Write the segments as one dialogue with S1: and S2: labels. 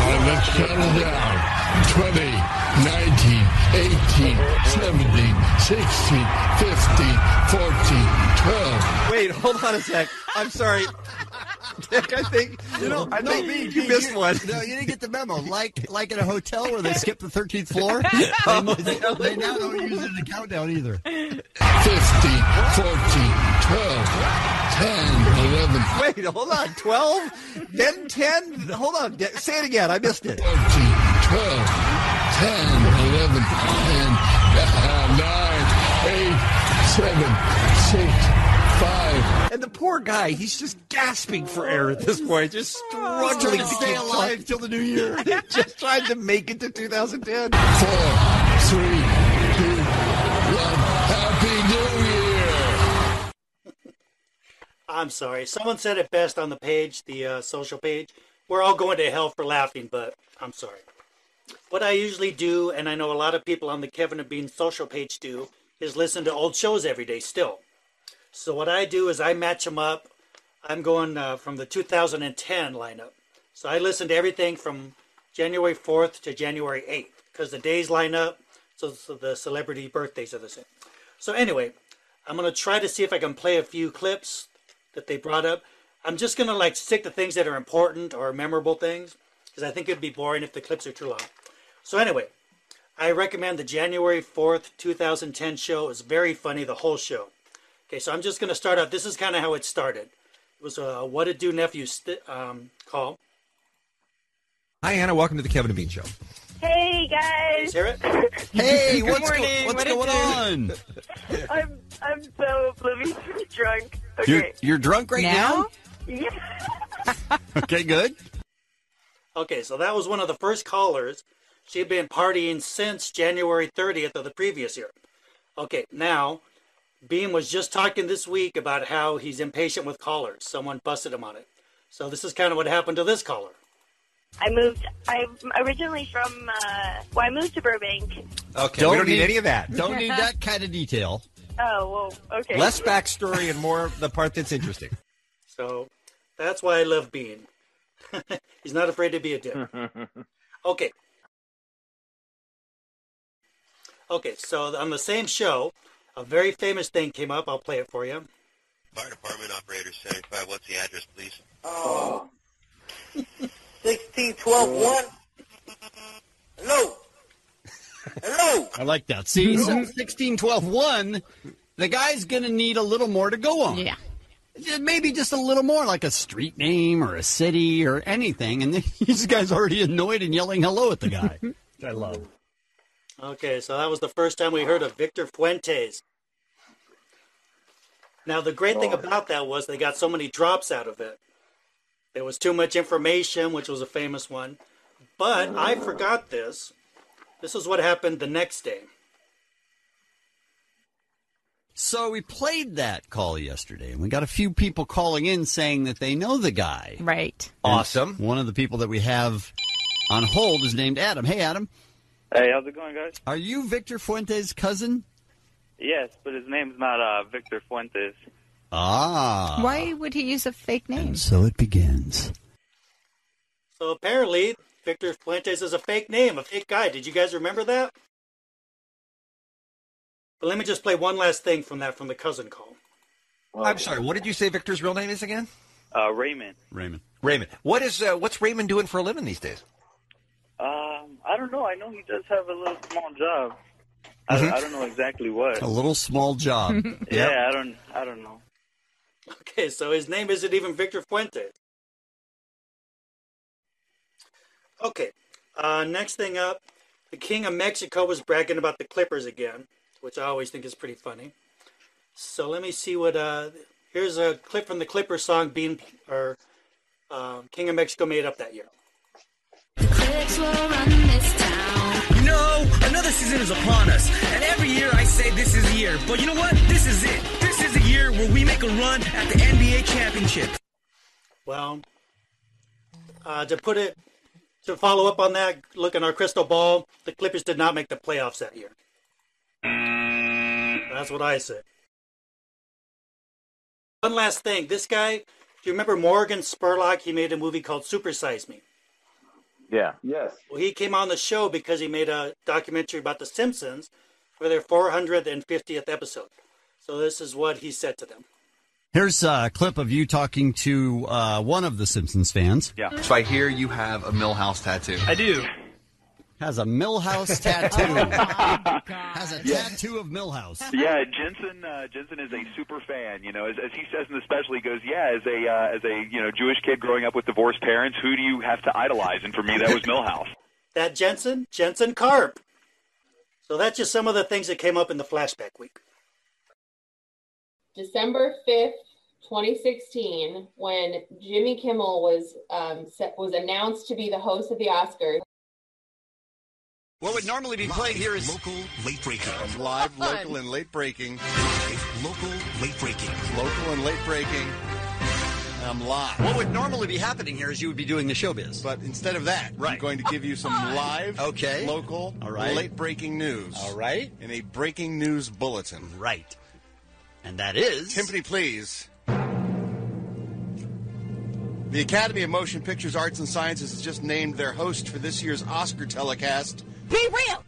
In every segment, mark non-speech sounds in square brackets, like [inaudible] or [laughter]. S1: All right, let's settle down. 20, 19, 18, 17, 16, 15, 14, 12.
S2: Wait, hold on a sec. I'm sorry. [laughs] Dick, I think you know. I think you missed one.
S3: No, you didn't get the memo. Like like in a hotel where they skip the
S2: [laughs]
S3: 13th floor, they, they now don't use it in the countdown either.
S1: 15, 14, 12, 10, 11,
S2: Wait, hold on. Twelve, then ten. Hold on. Dick, Say it again. I missed it.
S1: 14, 12, 10, 11, 10, uh, 9, 8, 7, 6, 5.
S2: And the poor guy, he's just gasping for air at this point, just struggling to
S3: Stay
S2: keep
S3: alive till the new year.
S2: Trying, [laughs] just trying to make it to 2010.
S1: Four, three, two, one. Happy New Year!
S4: I'm sorry. Someone said it best on the page, the uh, social page. We're all going to hell for laughing, but I'm sorry. What I usually do, and I know a lot of people on the Kevin and Bean social page do, is listen to old shows every day still. So what I do is I match them up. I'm going uh, from the 2010 lineup. So I listen to everything from January 4th to January 8th because the days line up. So, so the celebrity birthdays are the same. So anyway, I'm going to try to see if I can play a few clips that they brought up. I'm just gonna like stick to things that are important or memorable things, because I think it'd be boring if the clips are too long. So anyway, I recommend the January 4th, 2010 show. It's very funny, the whole show. Okay, so I'm just gonna start out. This is kind of how it started. It was a what it do nephew st- um, call.
S5: Hi, Anna. Welcome to the Kevin and Bean Show.
S6: Hey
S4: Let's
S6: guys,
S4: hear it.
S3: Hey, what's, go-
S7: morning.
S3: what's
S7: What it
S3: going
S7: do?
S3: on?
S6: I'm I'm so obliviously [laughs] drunk.
S5: You're
S6: Okay,
S5: you're drunk right now.
S7: Now?
S6: yeah.
S2: [laughs]
S5: Okay, good.
S4: Okay, so that was one of the first callers. She'd been partying since January 30th of the previous year. Okay, now, Beam was just talking this week about how he's impatient with callers. Someone busted him on it. So this is kind of what happened to this caller.
S6: I moved. I'm originally from. Uh, well, I moved to Burbank.
S5: Okay,
S3: Don't
S5: we don't need,
S3: need-
S5: any of that.
S3: [laughs] Don't need that kind of detail.
S6: Oh well, okay.
S5: Less backstory and more the part that's interesting.
S4: So that's why I love Bean. [laughs] he's not afraid to be a dick. okay. Okay, so on the same show, a very famous thing came up. I'll play it for you.
S8: Fire department operator 75, what's the address, please?
S9: 16121. Hello. Hello.
S3: I like that. See, since 16, 12, 1, the guy's going to need a little more to go on.
S7: Yeah.
S3: Just- Maybe just a little more, like a street name or a city or anything. And [laughs] these guy's already annoyed and yelling hello at the
S7: [laughs]
S3: guy. Which I love.
S4: Okay, so that was the first time we heard of Victor Fuentes. Now, the great thing about that was they got so many drops out of it. There was too much information, which was a famous one. But I forgot this. This is what happened the next day.
S3: So we played that call yesterday, and we got a few people calling in saying that they know the guy.
S7: Right.
S5: Awesome.
S3: One of the people that we have on hold is named Adam. Hey, Adam,
S9: Hey, how's it going, guys?
S3: are you Victor Fuentes' cousin?
S9: Yes, but his name's not uh, Victor Fuentes.
S3: Ah.
S7: Why would he use a fake name?
S3: And so it begins.
S4: So apparently, Victor Fuentes is a fake name, a fake guy. Did you guys remember that? But let me just play one last thing from that from the cousin call.
S5: I'm sorry. What did you say Victor's real name is again?
S9: Uh, Raymond.
S3: Raymond.
S5: Raymond. What is uh, what's Raymond doing for a living these days?
S9: Um, I don't know. I know he does have a little small job. I, I don't know exactly what.
S3: A little small job.
S7: [laughs]
S9: Yeah, I don't. I don't know.
S4: Okay, so his name isn't even Victor Fuentes. Okay, uh, next thing up, the King of Mexico was bragging about the Clippers again, which I always think is pretty funny. So let me see what. Uh, here's a um, clip from the Clippers song being or uh, King of Mexico made up that year.
S10: No, another season is upon us. And every year I say this is the year. But you know what? This is it. This is the year where we make a run at the NBA championship.
S4: Well, uh, to put it, to follow up on that, look in our crystal ball, the Clippers did not make the playoffs that year. That's what I say. One last thing. This guy, do you remember Morgan Spurlock? He made a movie called Supersize Me.
S11: Yeah.
S12: Yes.
S4: Well, he came on the show because he made a documentary about The Simpsons for their 450th episode. So this is what he said to them.
S3: Here's a clip of you talking to uh, one of the Simpsons fans.
S13: Yeah. So I hear you have a Millhouse tattoo.
S3: I do. Has
S7: [laughs]
S3: a Millhouse
S7: Oh
S3: tattoo. Has a tattoo of Millhouse.
S11: Yeah, Jensen. Uh, Jensen is a super fan. You know, as, as he says in the special, he goes, "Yeah, as a uh, as a you know Jewish kid growing up with divorced parents, who do you have to idolize?" And for me, that was Millhouse.
S4: That Jensen, Jensen Carp. So that's just some of the things that came up in the flashback week.
S1: December 5th, 2016, when Jimmy Kimmel was um, set, was announced to be the host of the Oscars.
S14: What would normally be played here is local late breaking.
S13: Live, local, and late breaking.
S14: Local late breaking.
S13: Local and late breaking. I'm live.
S3: What would normally be happening here is you would be doing the showbiz.
S13: But instead of that, I'm going to give you
S3: [laughs]
S13: some live,
S3: Okay.
S13: local,
S3: All right.
S13: late breaking [laughs] news.
S3: All right.
S13: In a breaking news bulletin.
S3: Right. And that is.
S13: Timpani, please. The Academy of Motion Pictures Arts and Sciences has just named their host for this year's Oscar telecast.
S3: Be real.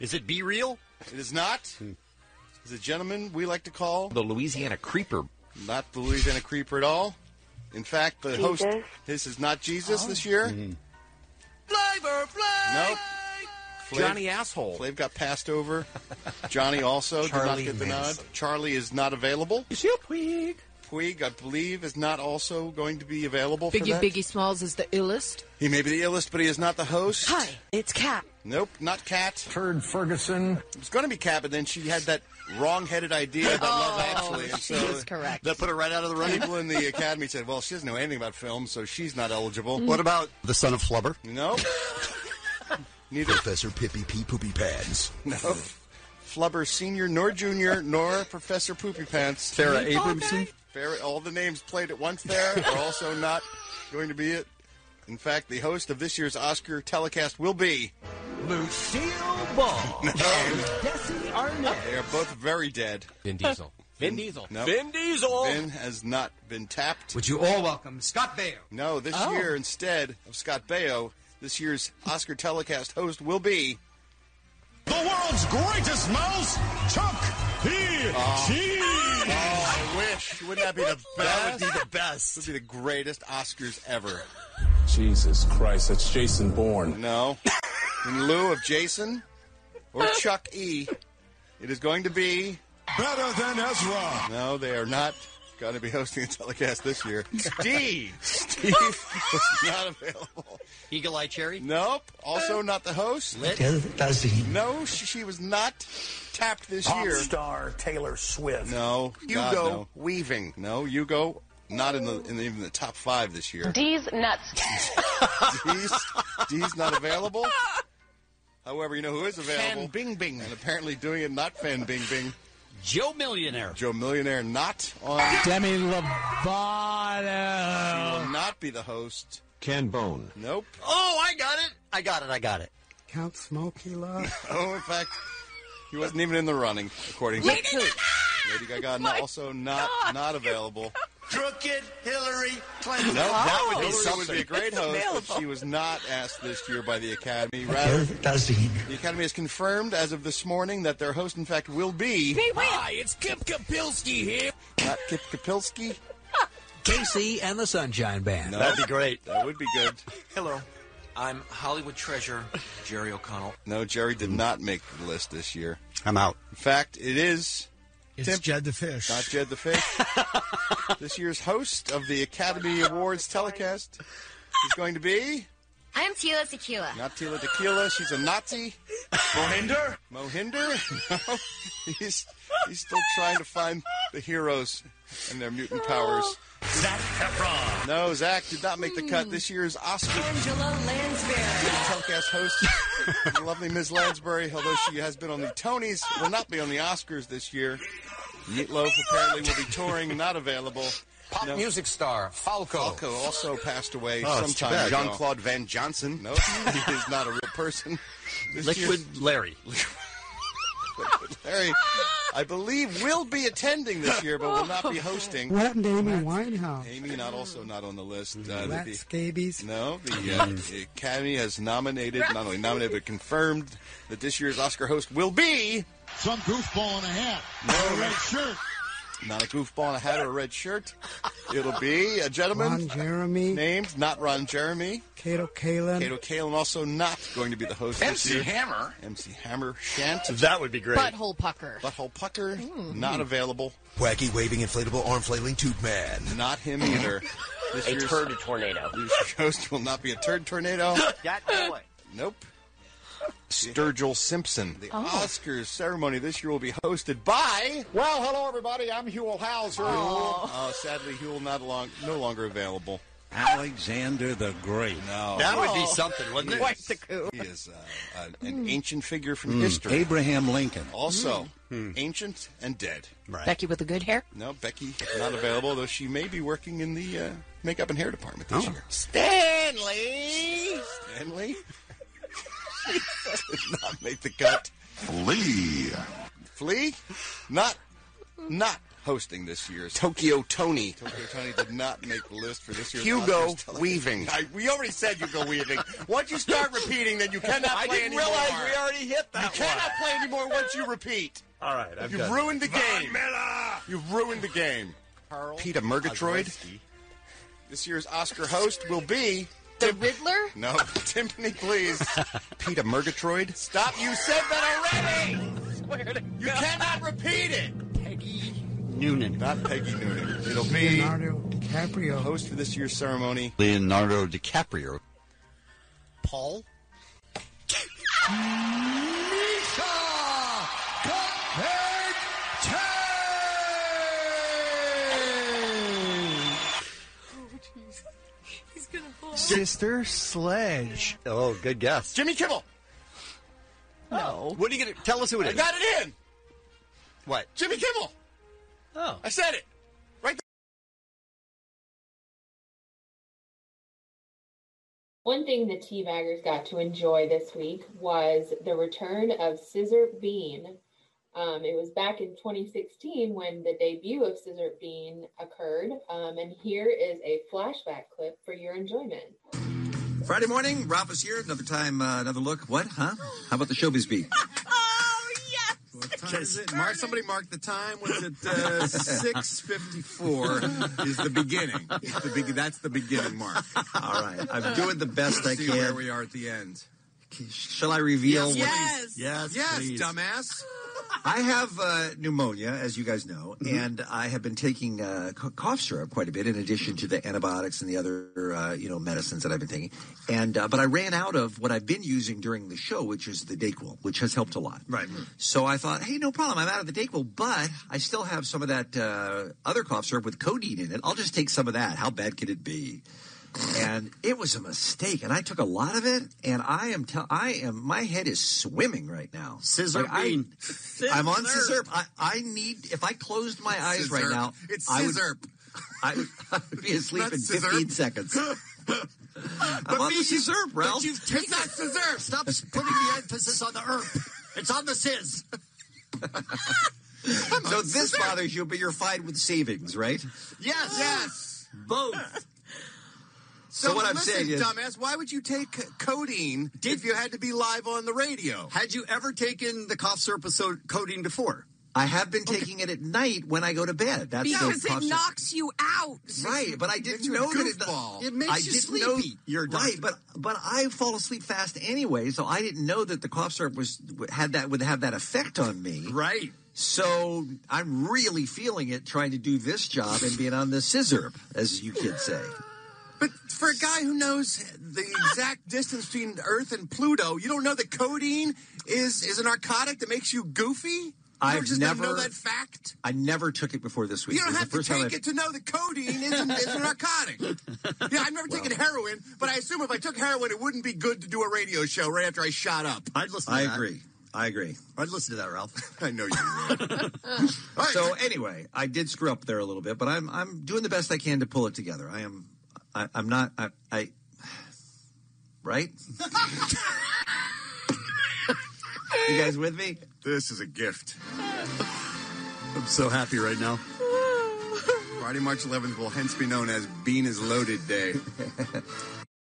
S3: Is it Be Real?
S13: It is not. Is a gentleman we like to call
S14: the Louisiana Creeper.
S13: Not the Louisiana Creeper at all. In fact, the host
S15: Jesus.
S13: this is not Jesus this year.
S15: Flavor Flav!
S13: Nope.
S14: Johnny Asshole.
S13: Flav got passed over. Johnny also
S14: Charlie
S13: did not get the
S14: Manson.
S13: nod. Charlie is not available. You see Puig? Puig, I believe, is not also going to be available for
S16: Biggie
S13: that.
S16: Biggie Smalls is the illest.
S13: He may be the illest, but he is not the host.
S16: Hi, it's Cat.
S13: Nope, not Cat. Heard Ferguson. It was going to be Cat, but then she had that wrong-headed idea about Love Actually. And
S16: Oh, she
S13: so
S16: is correct.
S13: That put her right out of the running. People in the Academy said, well, she doesn't know anything about film, so she's not eligible.
S16: Mm.
S3: What about the son of Flubber?
S13: No. Neither Professor Pippy Pee Poopy Pants. No. Flubber Senior, nor Junior, nor Professor Poopy Pants.
S3: Sarah Abramson?
S13: Farrah, all the names played at once there are also not going to be it. In fact, the host of this year's Oscar telecast will be Lucille Ball.
S15: Jesse Arnett.
S13: They are both very dead.
S17: Vin
S13: [laughs]
S17: Diesel. Vin Diesel.
S13: Nope.
S17: Vin Diesel.
S13: Vin has not been tapped.
S17: Would you all welcome Scott Baio?
S13: No, this
S17: Oh.
S13: year instead of Scott Baio, this year's Oscar telecast host will be the world's greatest mouse, Chuck P. Cheese. Oh, I wish. Wouldn't that be the best? That would be the best. Would be the greatest Oscars ever.
S18: Jesus Christ, that's Jason Bourne.
S13: No. In lieu of Jason or Chuck E, it is going to be better than Ezra. No, they are not going to be hosting a telecast this year. Steve. Steve was not available.
S3: Eagle Eye Cherry?
S13: Nope. Also not the host.
S3: Does he?
S13: No, she, she was not tapped this
S3: Pop
S13: year.
S3: star
S13: Taylor Swift. No,
S15: Hugo
S13: God, no. Weaving. No, Hugo not in the in the, even the top five this year.
S15: D's nuts.
S13: D's, D's
S16: [laughs]
S13: not available. However, you know who is available? Fan Bing Bing. And apparently doing it not Fan Bing Bing.
S3: Joe Millionaire.
S13: Joe Millionaire not on.
S3: Demi Lovato.
S13: She will not be the host.
S17: Ken Bone.
S13: Nope.
S3: Oh, I got it. I got it. I got it.
S13: Count Smokey Love. oh, in fact, he wasn't even in the running, according to
S15: Lady Gaga!
S13: Lady Gaga. not- also not not available.
S15: Crooked Hillary
S13: No,
S15: Clinton.
S13: that Oh. would be something. Would be a great host, but she was not asked this year by the Academy. Rather, does he? The Academy has confirmed as of this morning that their host, in fact, will be.
S17: Hi, it's Kip Kapilski here.
S13: Not Kip Kapilski.
S17: Casey and the Sunshine Band.
S13: No. That'd be great. That would be good.
S17: Hello. I'm Hollywood treasure Jerry O'Connell.
S13: No, Jerry did not make the list this year.
S3: I'm out.
S13: In fact, it is.
S19: It's Jed the Fish.
S13: Not Jed the [laughs] Fish. this year's host of the Academy Awards telecast is going to be
S6: I'm Tila Tequila.
S13: not Tila Tequila. She's a Nazi. Mohinder.
S3: [laughs]
S13: Mohinder. No, he's he's still trying to find the heroes and their mutant powers.
S3: Oh. Zach Efron. No, Zach did not make the cut. This year's Oscar.
S6: Angela Lansbury.
S3: Telecast [laughs] host, the lovely Ms. Lansbury, although she has been on the Tonys, will not be on the Oscars this year. Meatloaf apparently will be touring, not available. Pop music star Falco. Falco also passed away
S14: Oh, it's too bad.
S3: sometime. Jean Claude Van Johnson. No,
S14: [laughs]
S3: he is not a real person.
S14: Liquid
S3: Larry. [laughs] Liquid Larry, I believe, will be attending this year, but
S14: [laughs]
S3: will not be hosting.
S1: What happened to Amy Winehouse?
S3: Amy not also not on the list. Uh,
S1: Rat
S3: the,
S1: scabies.
S3: no, the, uh, the Academy has nominated, not only nominated but confirmed that this year's Oscar host will be some goofball in a hat, no, a red shirt. Not a goofball in a hat or a red shirt. It'll be a gentleman.
S1: Ron Jeremy.
S3: Named not Ron Jeremy.
S1: Kato Kalin.
S3: Cato Kalin also not going to be the host.
S1: MC
S3: this year.
S1: Hammer.
S3: MC Hammer shan't. That would be
S6: Butthole pucker.
S3: Butthole pucker. Not available.
S14: Wacky waving inflatable arm flailing tube man.
S3: Not him either.
S14: A turd
S3: [laughs] tornado. This year's host will not be a turd
S14: [laughs]
S3: tornado. Nope. Sturgill Simpson. The
S20: Oh.
S3: Oscars ceremony this year will be hosted by.
S20: Well, hello everybody. I'm Huell Hauser.
S3: Uh, sadly, he will not long, no longer available. Alexander the Great. No,
S14: That would be something, wouldn't it? Quite
S3: the coup. He is uh, an, an ancient figure from
S14: Hmm.
S3: history.
S14: Abraham Lincoln.
S3: Oh. Also, ancient and dead. Right.
S6: Becky with the good hair.
S3: No, Becky not available, though she may be working in the uh, makeup and hair department this year.
S14: Stanley.
S3: Stanley did not make the cut. Flea. Flea? Not not hosting this year's
S14: Tokyo Tony.
S3: Tokyo Tony did not make the list for this year's
S14: Hugo
S3: Oscars television.
S14: Weaving.
S3: I, we already said Hugo Weaving. Once you start repeating, then you cannot
S14: I
S3: play
S14: didn't
S3: anymore.
S14: realize we already hit that
S3: You cannot play anymore once you repeat.
S14: All right, I've
S3: You've
S14: done it.
S3: ruined the
S14: Von
S3: game. You've ruined the game.
S14: Peter Murgatroyd.
S3: This year's Oscar host will be
S6: The Riddler?
S3: no [laughs] Timpani, please. [laughs] Peter Murgatroyd. Stop! You said that already. You cannot repeat it. Noonan. Not Peggy Noonan. It'll be
S1: Leonardo DiCaprio.
S3: host for this year's ceremony.
S21: Leonardo DiCaprio.
S3: Paul.
S6: He's gonna fall.
S14: Sister Sledge. Oh, good guess.
S3: Jimmy Kimmel. Oh.
S14: No. What are you gonna tell us who it
S3: I
S14: is?
S3: got it in.
S14: What?
S3: Jimmy Kimmel.
S14: Oh.
S3: I said it.
S22: One thing the teabaggers got to enjoy this week was the return of Scissor Bean. Um, it was back in 2016 when the debut of Scissor Bean occurred, um, and here is a flashback clip for your enjoyment.
S13: Friday morning, Ralph is here. Another time, uh, another look. What?
S23: [laughs]
S13: Huh? How about the showbiz beat?
S3: What time is it? Mark, somebody marked the time. Was it uh, six fifty-four?
S23: is the beginning. It's the be- that's the beginning mark.
S13: All right, I'm doing the best I
S23: See where
S13: can.
S23: we are at the end.
S13: Shall I reveal? what-
S23: Yes.
S13: Yes.
S23: Yes,
S13: please.
S23: dumbass.
S13: I have uh, pneumonia, as you guys know, and I have been taking uh, c- cough syrup quite a bit, in addition to the antibiotics and the other, uh, you know, medicines that I've been taking. And uh, but I ran out of what I've been using during the show, which is the Dayquil, which has helped a lot. Right. So I thought, hey, no problem. I'm out of the Dayquil, but I still have some of that uh, other cough syrup with codeine in it. I'll just take some of that. How bad could it be? and it was a mistake. And I took a lot of it, and I am tell I am my head is swimming right now.
S21: Scissor
S13: Like, I,
S21: bean.
S13: I'm on
S23: Scissor.
S13: scissor. I, I need if I closed my eyes right
S23: Scissor.
S13: now,
S23: It's
S13: I would-
S23: scissor.
S13: I, I would [laughs] be asleep
S23: Not
S13: in
S23: scissor. [laughs]
S13: 15 seconds.
S23: But
S13: I'm on
S23: me,
S13: the scissor,
S23: you- but
S13: Ralph.
S23: you've taken- It's not scissor. Stop putting the emphasis on the herb. It's on the sizz.
S13: so this bothers you, but you're fine with savings, right?
S23: Yes. Yes.
S13: Both. So,
S23: So,
S13: what I'm
S23: listen,
S13: saying is,
S23: dumbass, why would you take c- codeine if you had to be live on the radio?
S14: Had you ever taken the cough syrup with so- codeine before?
S13: I have been taking it at night when I go to bed. That's the
S24: because
S13: cough
S24: it
S13: syrup.
S24: knocks you out.
S13: Right, but I didn't know that it, I didn't Know,
S14: You're done.
S13: right, but but I fall asleep fast anyway, so I didn't know that the cough syrup was had that would have that effect on me.
S14: Right.
S13: So I'm really feeling it trying to do this job and being on the scissor, as you kids say.
S23: For a guy who knows the exact distance between Earth and Pluto, you don't know that codeine is is a narcotic that makes you goofy.
S13: I've
S25: just
S13: never
S25: don't know that fact.
S13: I never took it before this week.
S25: You don't
S13: was
S25: have
S13: the
S25: to
S13: first
S25: take
S13: time
S25: it to know that codeine isn't is a narcotic. [laughs] Yeah, I've never taken heroin, but I assume if I took heroin, it wouldn't be good to do a radio show right after I shot up.
S13: I'd listen. I agree. I agree.
S25: I'd listen to that, Ralph. I know you. [laughs]
S13: So anyway, I did screw up there a little bit, but I'm I'm doing the best I can to pull it together. I am I, I'm not I, I
S25: [laughs]
S13: right. you guys with me?
S14: This is a gift.
S13: I'm so happy right now. [laughs]
S14: Friday, March 11th will hence be known as Bean is Loaded Day.